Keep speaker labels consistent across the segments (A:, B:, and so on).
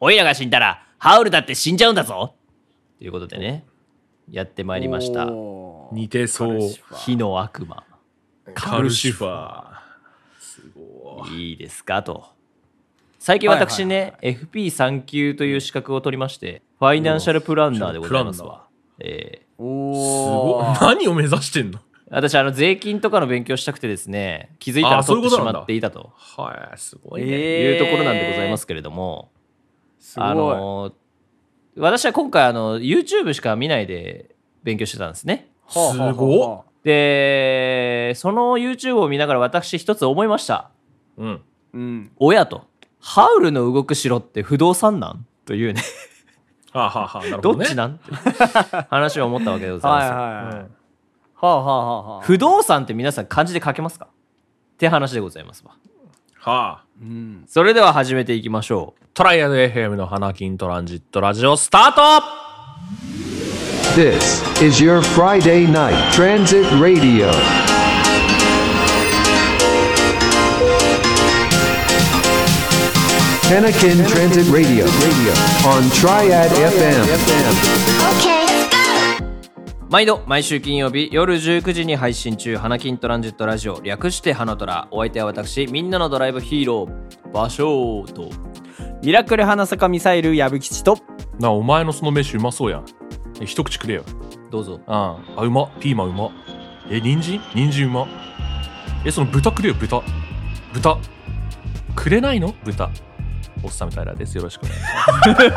A: おいらが死んだら、ハウルだって死んじゃうんだぞということでね、やってまいりました。
B: おー
C: 似てそう。
A: 火の悪魔。
C: カルシファー。すごい。
A: いいですかと。最近私ね、FP3 級という資格を取りまして、ファイナンシャルプランナーでございます
C: プラン
A: わ。えー
C: す
B: お
C: ごい
B: ー。
C: 何を目指してんの
A: 私あの税金とかの勉強したくてですね気づいた
C: あ
A: ら
C: そう
A: 取っ
C: いう
A: て
C: こ
A: し
C: となんだ
A: まっていたと
C: はい、すご
B: え
C: いね。
A: いう
B: ー
A: ところなんでございますけれども、
B: すごい
A: あの私は今回あの YouTube しか見ないで勉強してたんですね
B: はあはあはあ
C: すご
A: でその YouTube を見ながら私一つ思いました
C: うん。
B: うん
A: 親とハウルの動く城って不動産なんというね
C: はあ、はあはあ、なるほ
A: ど
C: ど
A: っ
C: ね。
A: ちなんて 話を思ったわけでございま
B: は
A: す
B: い
A: よ、
B: はいは
C: う
B: い
C: ん
B: はあはあはあはあ
A: 不動産って皆さん漢字で書けますかって話でございますわ
C: はあ。
B: うん
A: それでは始めていきましょう
C: トライアル FM の花金トランジットラジオスタート
D: This is your Friday night transit radio. Pelican Transit Radio on Triad FM.
E: Okay.
A: 毎度毎週金曜日夜19時に配信中「花金トランジットラジオ」略して「花トラ」お相手は私みんなのドライブヒーロー場所と
B: ミラクル花坂ミサイル矢吹吉と
C: なあお前のその飯うまそうやん。え一口くれよ。
A: どうぞ
C: うん。あ、うま。ピーマンうま。え、人参人参うま。え、その豚くれよ、豚。豚。くれないの豚。おっさんみたいなです。よろしくお願いし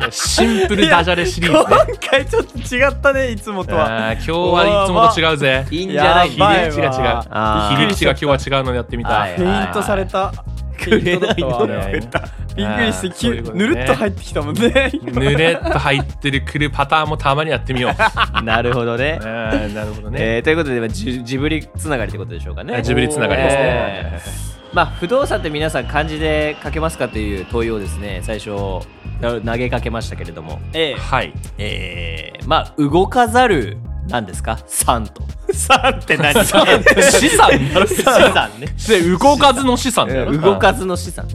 C: ます。シンプルダジャレシリーズね。
B: 回ちょっと違ったねいつも
C: あー今日はいつもと違うぜ。
A: いいんじ
B: や
A: ゃない
C: ひ
B: ばい
C: ねちが違う。
A: あー
C: ひねちが今日は違うのやってみた。
A: はい
B: ペイントされた
A: フェイントだったわ
B: ペイントだったわびっくりしてき
C: あーそういうことね
B: ぬるっと入ってきたもんね
C: ぬれっと入ってるくるパターンもたまにやってみよう。
A: なるほどね
C: あ、ーなるほどね。
A: えーということでまあジジブリつながりってことでしょうかね
C: あジブリつながりです
A: え
C: ね。
A: ーまあ不動産って皆さん漢字で書けますかという問いをですね最初投げかけましたけれども
B: ええ
C: はい。
A: えー、まあ動かざるなんですか産 と産って何
C: 資産
A: 資産ね
C: で、動かずの資産だよな。
A: 動かずの資産ね、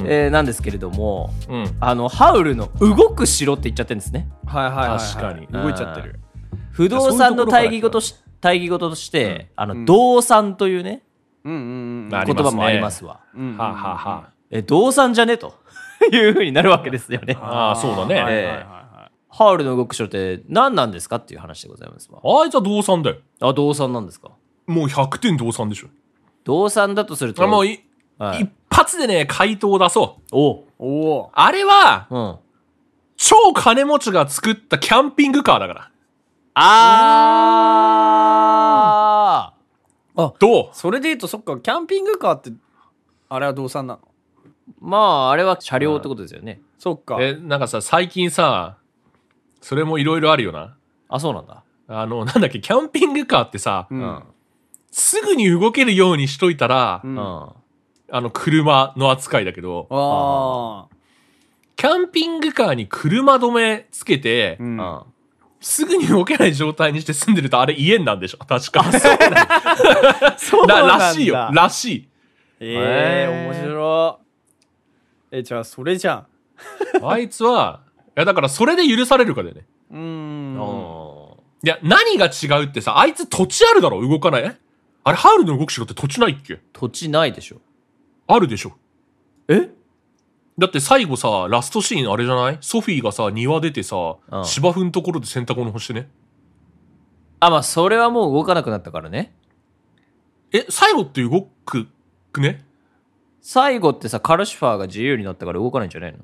C: うん
A: えーなんですけれども
C: うん。
A: あのハウルの動く城って言っちゃってるんですね
B: はいはいはいはい
C: 確かに
B: 動いちゃってる
A: 不動産の対義語とし対義語として、あの動産というね
B: うんうんうん
C: あり
A: 言
C: ます
A: 葉
C: ね
A: もありますわ
B: うん
C: はあ、はあは
A: え動産じゃねえと いうふうになるわけですよね
C: あ、ああ、そうだ
B: はい
C: ね。
B: はいはいは
A: ハウルの動く城って何なんですかっていう話でございますわ
C: あいつは同産だよ。
A: あ動産なんですか
C: もう100点同産でしょ。
A: 動産だとすると
C: あもうい、
A: はい
C: 一発でね、回答を出そう。
A: お
B: いおお
C: あれは、
A: うん
C: 超金持ちが作ったキャンピングカーだから。
A: あ
C: どう
B: それで言うとそっかキャンピングカーってあれは動産なの
A: ーまああれは車両ってことですよね。
B: そっか
C: え、なんかさ、最近さ、それもいろいろあるよな。
A: あそうなんだ。
C: あの、 なんだっけ、キャンピングカーってさ、
B: うん
C: すぐに動けるようにしといたら、
B: うんあ
A: あ
C: あの、車の扱いだけど、
B: あ
C: キャンピングカーに車止めつけて、
B: うん
A: うん。
C: すぐに動けない状態にして住んでるとあれ家なんでしょ確 か。そうなんだ。 らしいよ。らしい。
B: ええ
A: へえ
B: 面白いえじゃあそれじゃん
C: あいつは、いやだからそれで許されるかだよね。
B: うーん
C: いや、何が違うってさ、あいつ土地あるだろ動かない。えあれ、ハウルの動く城って土地ないっけ
A: 土地ないでしょ。
C: あるでしょ。
A: え
C: だって最後さ、ラストシーンあれじゃないソフィーがさ、庭出てさ、
A: うん
C: 芝生のところで洗濯物干してね。
A: あまあそれはもう動かなくなったからね。
C: え、最後って動く、くね
A: 最後ってさカルシファーが自由になったから動かないんじゃないの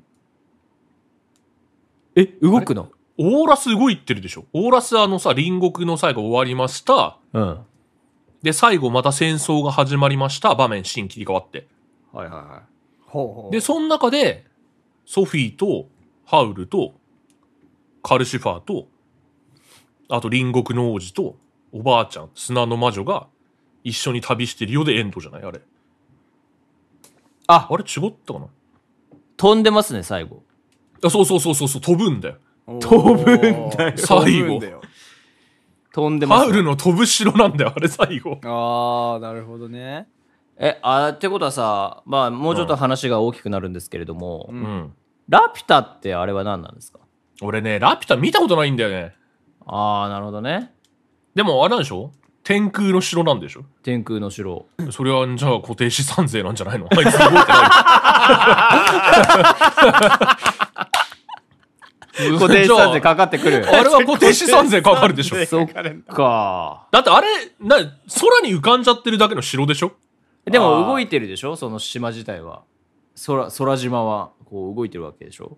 A: え動くの
C: オーラス動いてるでしょオーラスあのさ、隣国の最後終わりました。
A: うん。は
C: で、最後また戦争が始まりました。場面、シーン切り替わって。
A: いはいは
B: ほうほう
C: で、その中で、ソフィーと、ハウルと、カルシファーと、あと隣国の王子と、おばあちゃん、砂の魔女が、一緒に旅してるよでエンドじゃないあれ。
A: あ。
C: あれ違ったかない
A: 飛んでますね最後。
C: あそうそうそうそうそう、飛ぶんだよ。
B: 飛ぶんだよ
C: 最後
A: 飛んでま
C: ハ
A: す
C: ウ
A: ね、
C: ルの飛ぶ城なんだよ、あれ最後。
B: ああなるほどね
A: えあってことはさ、まあ、もうちょっと話が大きくなるんですけれども、
C: うん。
A: ラピュタってあれは何なんですか
C: 俺ね、ラピュタ見たことないんだよね。
A: ああなるほどね
C: でもあれなんでしょ天空の城なんでしょ
A: 天空の城
C: それはじゃあ固定資産税なんじゃないのあいつ動いてな
A: 固定資産税かかってく る
C: い。あれは固定資産税かかるで しょ
A: そっか
C: だってあれ、な、空に浮かんじゃってるだけの城でしょ
A: でも動いてるでしょその島自体は空空島はこう動いてるわけでしょ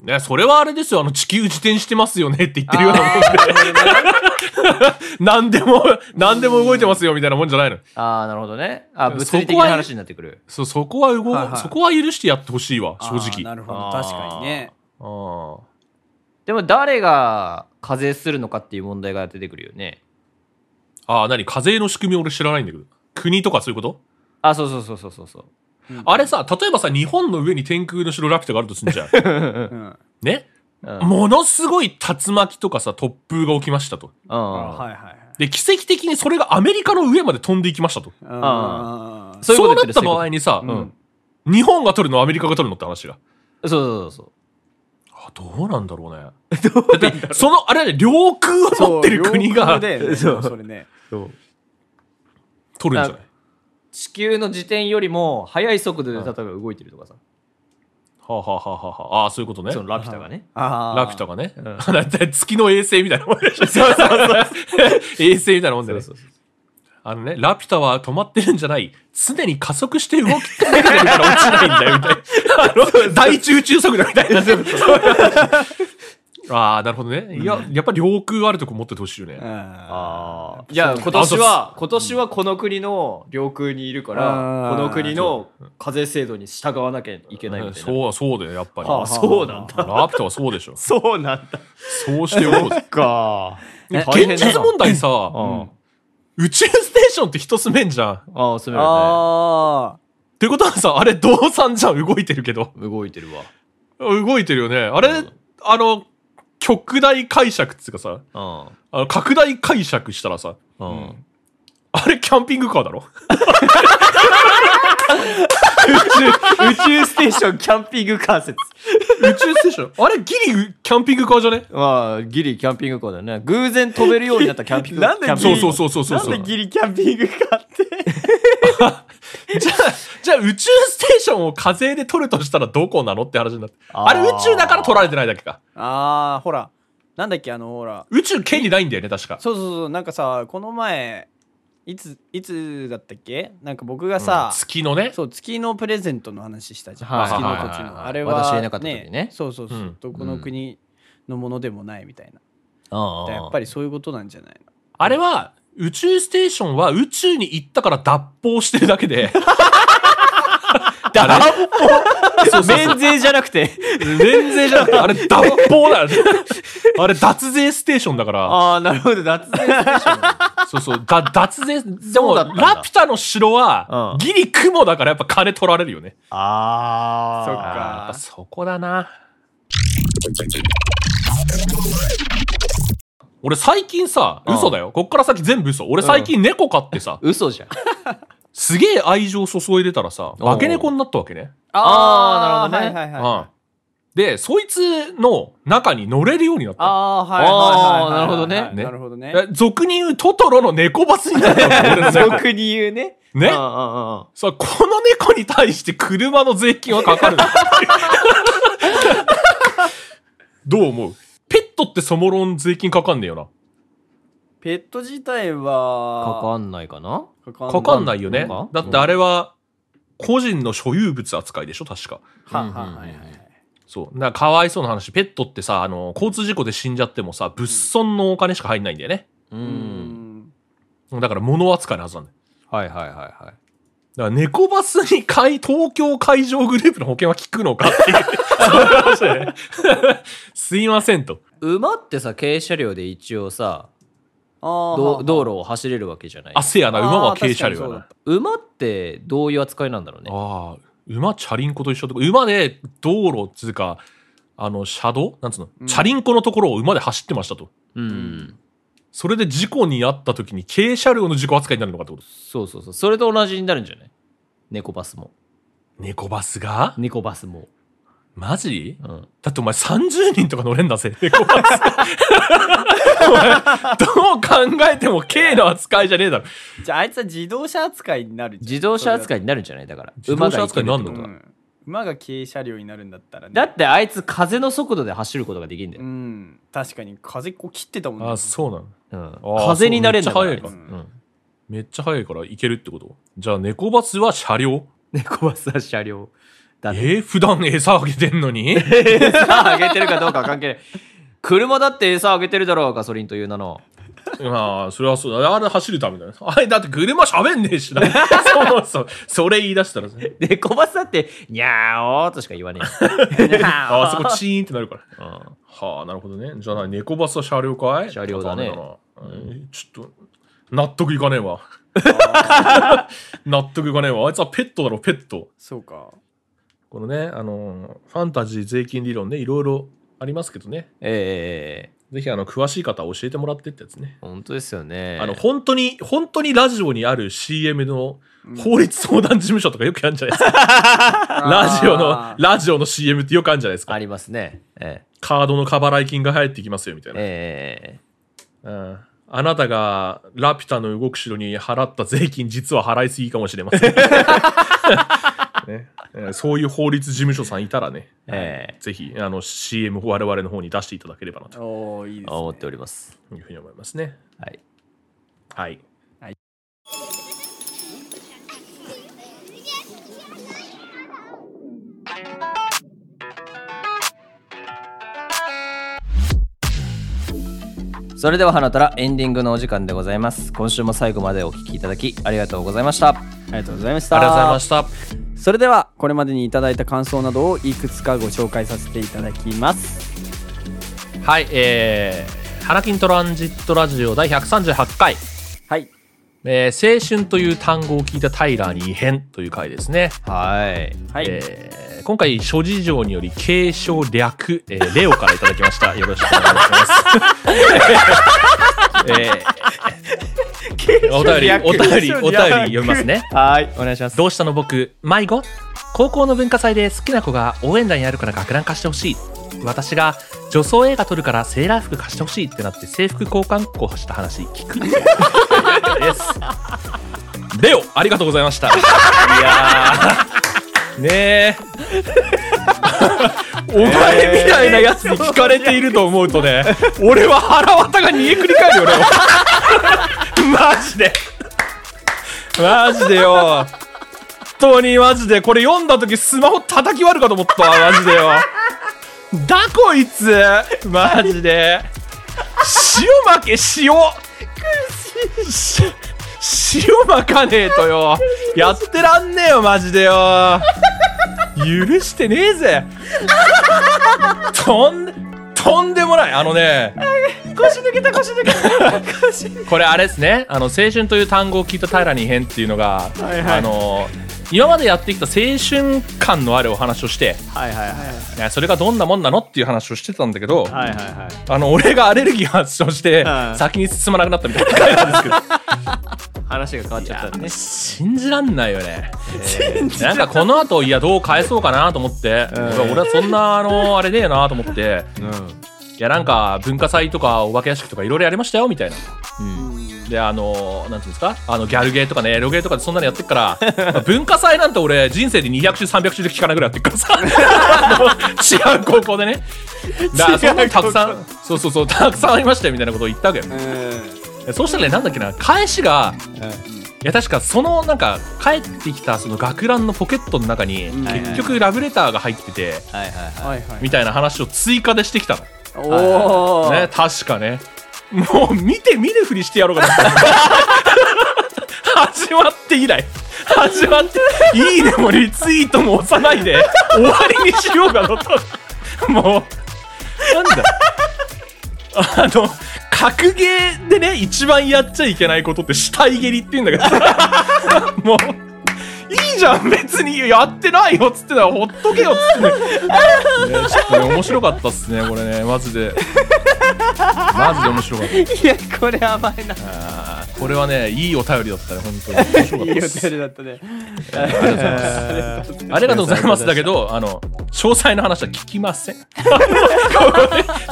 C: ね、それはあれですよ、あの、地球自転してますよねって言ってるようなもんで。何で も、何でも動いてますよみたいなもんじゃないの。
A: ああなるほどねあ
C: うん
A: 物理的
C: そこは
A: な話になってくる
C: そ、そこは動、
B: はいはい
C: そこは許してやってほしいわ、正
B: あー
C: 直。
B: な
C: あ
B: るほど
A: あー
B: 確かにね
C: あ
A: でも誰が課税するのかっていう問題が出てくるよね
C: ああ、何課税の仕組み俺知らないんだけど。国とかそういうこと
A: あそうそうそうそうそうそう
C: あれさ、例えばさ、日本の上に天空の城ラピュタがあるとすんじゃん。
B: うん
C: ね、ものすごい竜巻とかさ、突風が起きましたと。
A: うん
B: はいはいはい
C: で、奇跡的にそれがアメリカの上まで飛んでいきましたと。
B: あー
A: そういうこ
C: そ
A: と言
C: うな
A: って
C: っ
A: る
C: た
A: そういう
C: 場
A: こ
C: 合にさ、
B: ん
C: 日本が取るのアメリカが取るのって話が。
A: とそうそうそう
C: あどうなんだろうね。 だって、その、あれだね、領空を
B: そう
C: 持ってる国
B: 領
C: が
B: 空だよね
A: そう
B: それね
A: そうそう
C: 取るんじゃない
A: あ地球の時点よりも速い速度で例えば動いてるとかさ、
C: はあ、はあはあはあはあ、ああ、そういうことね
A: そ。のラピュタがね。
B: あ
C: ラピュタ
B: と
C: がね。だって月の衛星みたいなもんでしょ。そうそうそう。 衛星みたいなもんでね。
A: そうそう
C: あのね、ラピュタは止まってるんじゃない。常に加速して動き続けてるから落ちないんだよ、みたいな。あの、大中中速度みたいな。ああ、なるほどね。いや、やっぱ領空あるとこ持っててほしいよね。
A: ああ。じゃあ今年は、今年はこの国の領空にいるから、
B: あ
A: こ
B: ー
A: の国の課税制度に従わなきゃいけないみたいな。
C: そうはそうだよ、やっぱり。
A: ああそうなんだ。
C: ラピュタはそうでしょ。
A: そうなんだ。
C: そうして おこうぜ。
A: か。
C: 現実問題さ、
A: うん。
C: 宇宙ステーションって人住めんじゃん。
A: ああ、そうよ
B: あ
C: ってことはさ、あれ動産じゃん、動いてるけど。
A: ね。動いてる
C: 動いてるよね。あれ、
A: うん
C: あの、極大解釈っつうかさ、
A: わ。
C: あの拡大解釈したらさ、
A: うん。うん。
C: あれキャンピングカーだろ
A: 宇宙ステーションキャンピングカー説。
C: 宇宙ステーシ ョン。あれギリキャンピングカーじゃね
A: まあ、ギリキャンピングカーだよね。偶然飛べるようになったキャンピングカー。
B: なんで
A: キャンピング
C: そ
A: カー
C: うそうそうそうそう
B: あ
C: そう。
B: なんでギリキャンピングカーって
C: じゃあ、じゃあ宇宙ステーションを課税で取るとしたらどこなのって話になって。
A: あ
C: あ
A: ー
C: れ宇宙だから取られてないだけか。
B: ああほらなんだっけあのほら
C: 宇宙権利ないんだよね、確か。
B: そうそうそうなんかさこの前いついつだったっけなんか僕がさ、
C: 月のね。
B: そう月のプレゼントの話したじゃん、
A: はい
B: 月の
C: はい
B: 土地
C: はいはい
B: のあれは、ね、
A: 私がいなかった時ね
B: そうそうそう、
C: うん
B: どこの国のものでもないみたいな、
A: ああ
B: やっぱりそういうことなんじゃない
C: あれは、宇宙ステーションは宇宙に行ったから脱法してるだ けで。脱法
A: 免税じゃなく て。
C: 免税じゃなくて、あれ脱法だよね。 あれ脱税ステーションだから。
A: ああ、なるほど。脱税ステーション。
C: そうそう。だ脱税、で
A: そ
C: も、
A: うだったんだ
C: ラピュタの城
A: う、
C: は
A: ん
C: ギリ雲だからやっぱ金取られるよね。
A: ああ。
B: そっ
C: あーやっぱ
B: か
C: そこだな。俺最近さ、
A: ん
C: 嘘だよ。こっから先全部嘘。俺最近猫飼ってさ、
A: 嘘 じゃん。
C: すげえ愛情注いでたらさ、
A: おう
C: 化け猫になったわけね。
A: あーなるほどね
B: はいはいはい、
C: うんで、そいつの中に乗れるようになった。
B: ああーはいはいはいはい
A: あーなるほどね
B: はいなるほどね
C: え俗に言うトトロの猫バスになったわけ俺の猫
B: 俗に言うね
C: ね
A: うんうんうん
C: さあ、この猫に対して車の税金はかかるの どう思うペットってそもろん税金かかんねえよ
B: ペット自体
A: か
B: は
A: かんないかな
B: か
C: な。
B: か
C: か
B: ん
C: かんないよ
A: な
C: ね
A: んか。
C: だってあれは、個人の所有物扱いでしょ確か。
B: はははいはい
C: そう。なんかかわいそうな話。ペットってさ、あの、交通事故で死んじゃってもさ、物損のお金しか入んないんだよね。
A: う。
B: うんん
C: だから物扱いのはずなんだよ。
A: はいはいはいはい。
C: だから猫バスに買い、東京海上グループの保険は効くのかっていう。そういう話だよねすいませんと。
A: 馬ってさ、軽車両で一応さ、
B: あーは
A: ど
B: あ
A: 道路を走れるわけじゃない
C: あ、。せやな、
B: あー
C: 馬は軽車両
B: 確かにそうだ
C: やな
B: っ。
A: 馬ってどういう扱いなんだろうね。
C: ああ、馬、チャリンコと一緒とか、馬で道路っつうか、あの、車道なんつうの、チャリンコのところを馬で走ってましたと。
A: うん。
C: それで事故に遭った時に軽車両の事故扱いになるのかってこと
A: そうそうそう。それと同じになるんじゃない猫バスも。
C: 猫バスが
A: 猫バスも。
C: マジ、
A: ん
C: だってお前30人とか乗れんだぜ、猫バス。お前どう考えても軽の扱いじゃねえだろ。
B: じゃああいつは自動車扱いになるじゃん
A: 自動車扱いになるんじゃないだから。
C: 自動車扱いになる
A: 馬が
C: の
A: 行けるってことは
B: うん馬が
C: か
B: 軽車両になるんだったらね
A: だってあいつ風の速度で走ることができるんだ
B: う
A: よ。
B: ん確かに風こう切ってたもんね
C: あ、そうなの。
A: うん
C: ー
A: 風になれんだから。
C: そうめっちゃ
B: 速い
A: うん
C: めっちゃ速いから行けるってことじゃあ猫バスは車両
A: 猫バスは車両。だって。
C: えー、普段餌あげてんの に
A: 餌あげてるかどうかは関係ない。車だって餌あげてるだろう、ガソリンという名の。
C: ああ、それはそうだ。あれ走るためだね。あれだって車喋んね えしな。そうそう。それ言い出したらさ
A: 猫バスだって、にゃーおーとしか言わねえ。
C: ああそこチーンってなるから。はあ、なるほどね。じゃあな、猫バスは車両かい
A: 車両だね
C: やっぱあれだなえーちょっと、納得いかねえ わ。納得いかねえわ。あいつはペットだろ、ペット。
B: そうか
C: このね、あのー、ファンタジー税金理論ね、いろいろありますけどね。
A: ええ
C: ぜひ、あの、詳しい方は教えてもらってってやつね。
A: 本当ですよね。
C: あの、本当に、本当にラジオにある CM の法律相談事務所とかよくやるんじゃな いですか。 ラジオの
B: あ、ー
C: ラジオの CM ってよくあるんじゃないです
A: あ
C: か。
A: りますね。え
C: カードの過払い金が入ってきますよ、みたい
A: ええ
C: な。うんあなたがラピュタの動く城に払った税金実は払いすぎかもしれま せん、 ねえーそういう法律事務所さんいたらね、
A: ええ
C: ぜひあの CM を我々の方に出していただければなと
B: おおいいです
A: え思っております。
C: いうふうに思いますね。
A: はい。
C: はい。
B: はい
A: それでは花たらエンディングのお時間でございます。今週も最後までお聞きいただきありがとうございました。
B: ありがとうございました
C: ありがとうございました。
B: それではこれまでにいただいた感想などをいくつかご紹介させていただきます
C: はい、えー、ハラキントランジットラジオ第138回、
B: はい
C: えー青春という単語を聞いたタイラーに異変という回ですね。
A: はい。
B: はい、
C: えー今回諸事情により継承略、えーレオからいただきましたよろしくお願いします、えーお便りお便りお便り読みますね
A: はい。お願いします。
C: どうしたの僕迷子高校の文化祭で好きな子が応援団やるから学ラン貸してほしい私が女装映画撮るからセーラー服貸してほしいってなって制服交換交換した話聞 くですレオありがとうございましたいやーねえお前みたいなやつに聞かれていると思うと ね俺は腹渡が煮えくり返るよレオマジでマジでよ本当にマジでこれ読んだ時スマホ叩き割るかと思ったわマジでよだこいつマジで塩負け塩し塩まかねえとよやってらんねえよマジでよ許してねえぜとんとんでもないあのね
B: 腰抜けた腰抜けた腰
C: これあれですねあの青春という単語を聞いた平に変っていうのが、
B: いはい
C: あの今までやってきた青春感のあるお話をして
B: はいはいはい
C: ねそれがどんなもんなのっていう話をしてたんだけど、
B: はいはいはい
C: あの俺がアレルギー発症して
B: はい
C: 先に進まなくなったみたいな感じなんですけど
A: 話が変わっちゃったんでね。
C: 信じらんないよね、なんかこの後いやどう返そうかなと思って、俺はそんなあのあれねえなと思って、いやなんか文化祭とかお化け屋敷とかいろいろやりましたよみたいな、であのなんていうんですかあのギャルゲーとかねエロゲーとかでそんなのやってっからまあ文化祭なんて俺人生で200種300種で聞かないぐらいやってっから さあの違う高校でねだからそんなのたくさんそうそうそうたくさんありましたよみたいなことを言ったわけよそうしたらねなんだっけな返しがいや確かそのなんか帰ってきたその学ランのポケットの中に
B: はい
C: 結局ラブレターが入ってて
A: はいはいはい。
B: はいはい
C: みたいな話を追加でしてきたの
B: おお、
C: ね確かねもう見て見るふりしてやろうかな 始まって以来始まって「いいね」もリツイートも押さないで終わりにしようかなともうなんだあの格ゲーでね一番やっちゃいけないことって死体蹴りって言うんだけどもう、いいじゃん、別にやってないよっつってたら、ほっとけよっつってた、ね。ちょっとね、面白かったっすね、これね、マジで。マジで面白かった。
B: いや これ甘いな
C: あーこれはね、いいお便りだったね、本当に。面白か
B: い
C: っ
B: い
C: たっ
B: ホ
C: す
B: テルだったね
C: ありがとうございますだけど、あの、詳細な話は聞きません。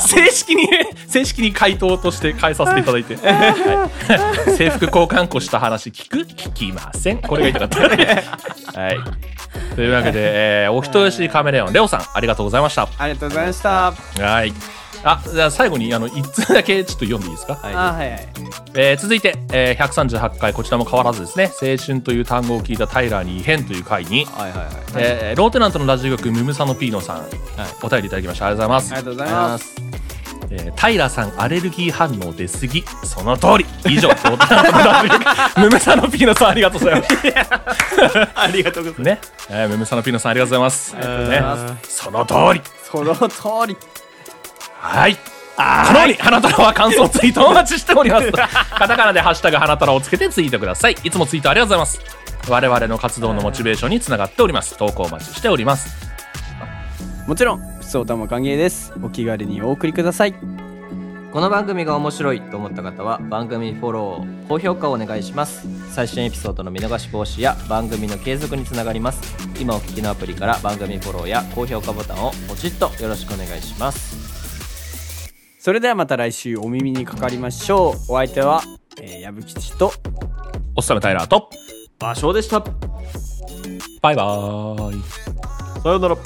C: 正式に、正式に回答として返させていただいて。はい、制服交換庫した話聞く聞きません。これが言いたかった。はい。というわけで、えーお人よしカメレオン、レオさん、ありがとうございました。
B: ありがとうございました。あ
C: はい。あ、じゃあ最後に、あの、一通だけちょっと読んでいいですか
A: はい
B: ーはいはい。
C: えー続いて、えー138回こちらも変わらずですね青春という単語を聞いたタイラーに異変という回に、
A: はいはいはい
C: えーローテナントのラジオ局ムムサノピーノさん、お便りいただきましたありがとうござ
B: ありが
C: います、
B: とうござい
A: あ
B: ます。
C: えータイラーさんアレルギー反応出すぎその通り以 上ローテナントのラジオ局ムムサノピーノさんありがとうございます
E: ありがとうございま
C: ね、えームムサノピーノさんありがとうございますね、その通り
B: その通り。
C: はい。このように、 花太郎は感想ツイートをお待ちしており ます。カタカナでハッシュタグ花太郎をつけてツイートください。いつもツイートありがとうございます。我々の活動のモチベーションにつながっております。投稿お待ちしております。
B: もちろん、普通歌も歓迎です。お気軽にお送りください。
A: この番組が面白いと思った方は番組フォロー高評価をお願いします最新エピソードの見逃し防止や番組の継続につながります今お聞きのアプリから番組フォローや高評価ボタンをポチッとよろしくお願いします
B: それではまた来週お耳にかかりましょう。お相手は、えー、矢吹吉と、
C: おっさめタイラーと、
A: 場所でした
C: バイバーイ。
E: す。さようなら。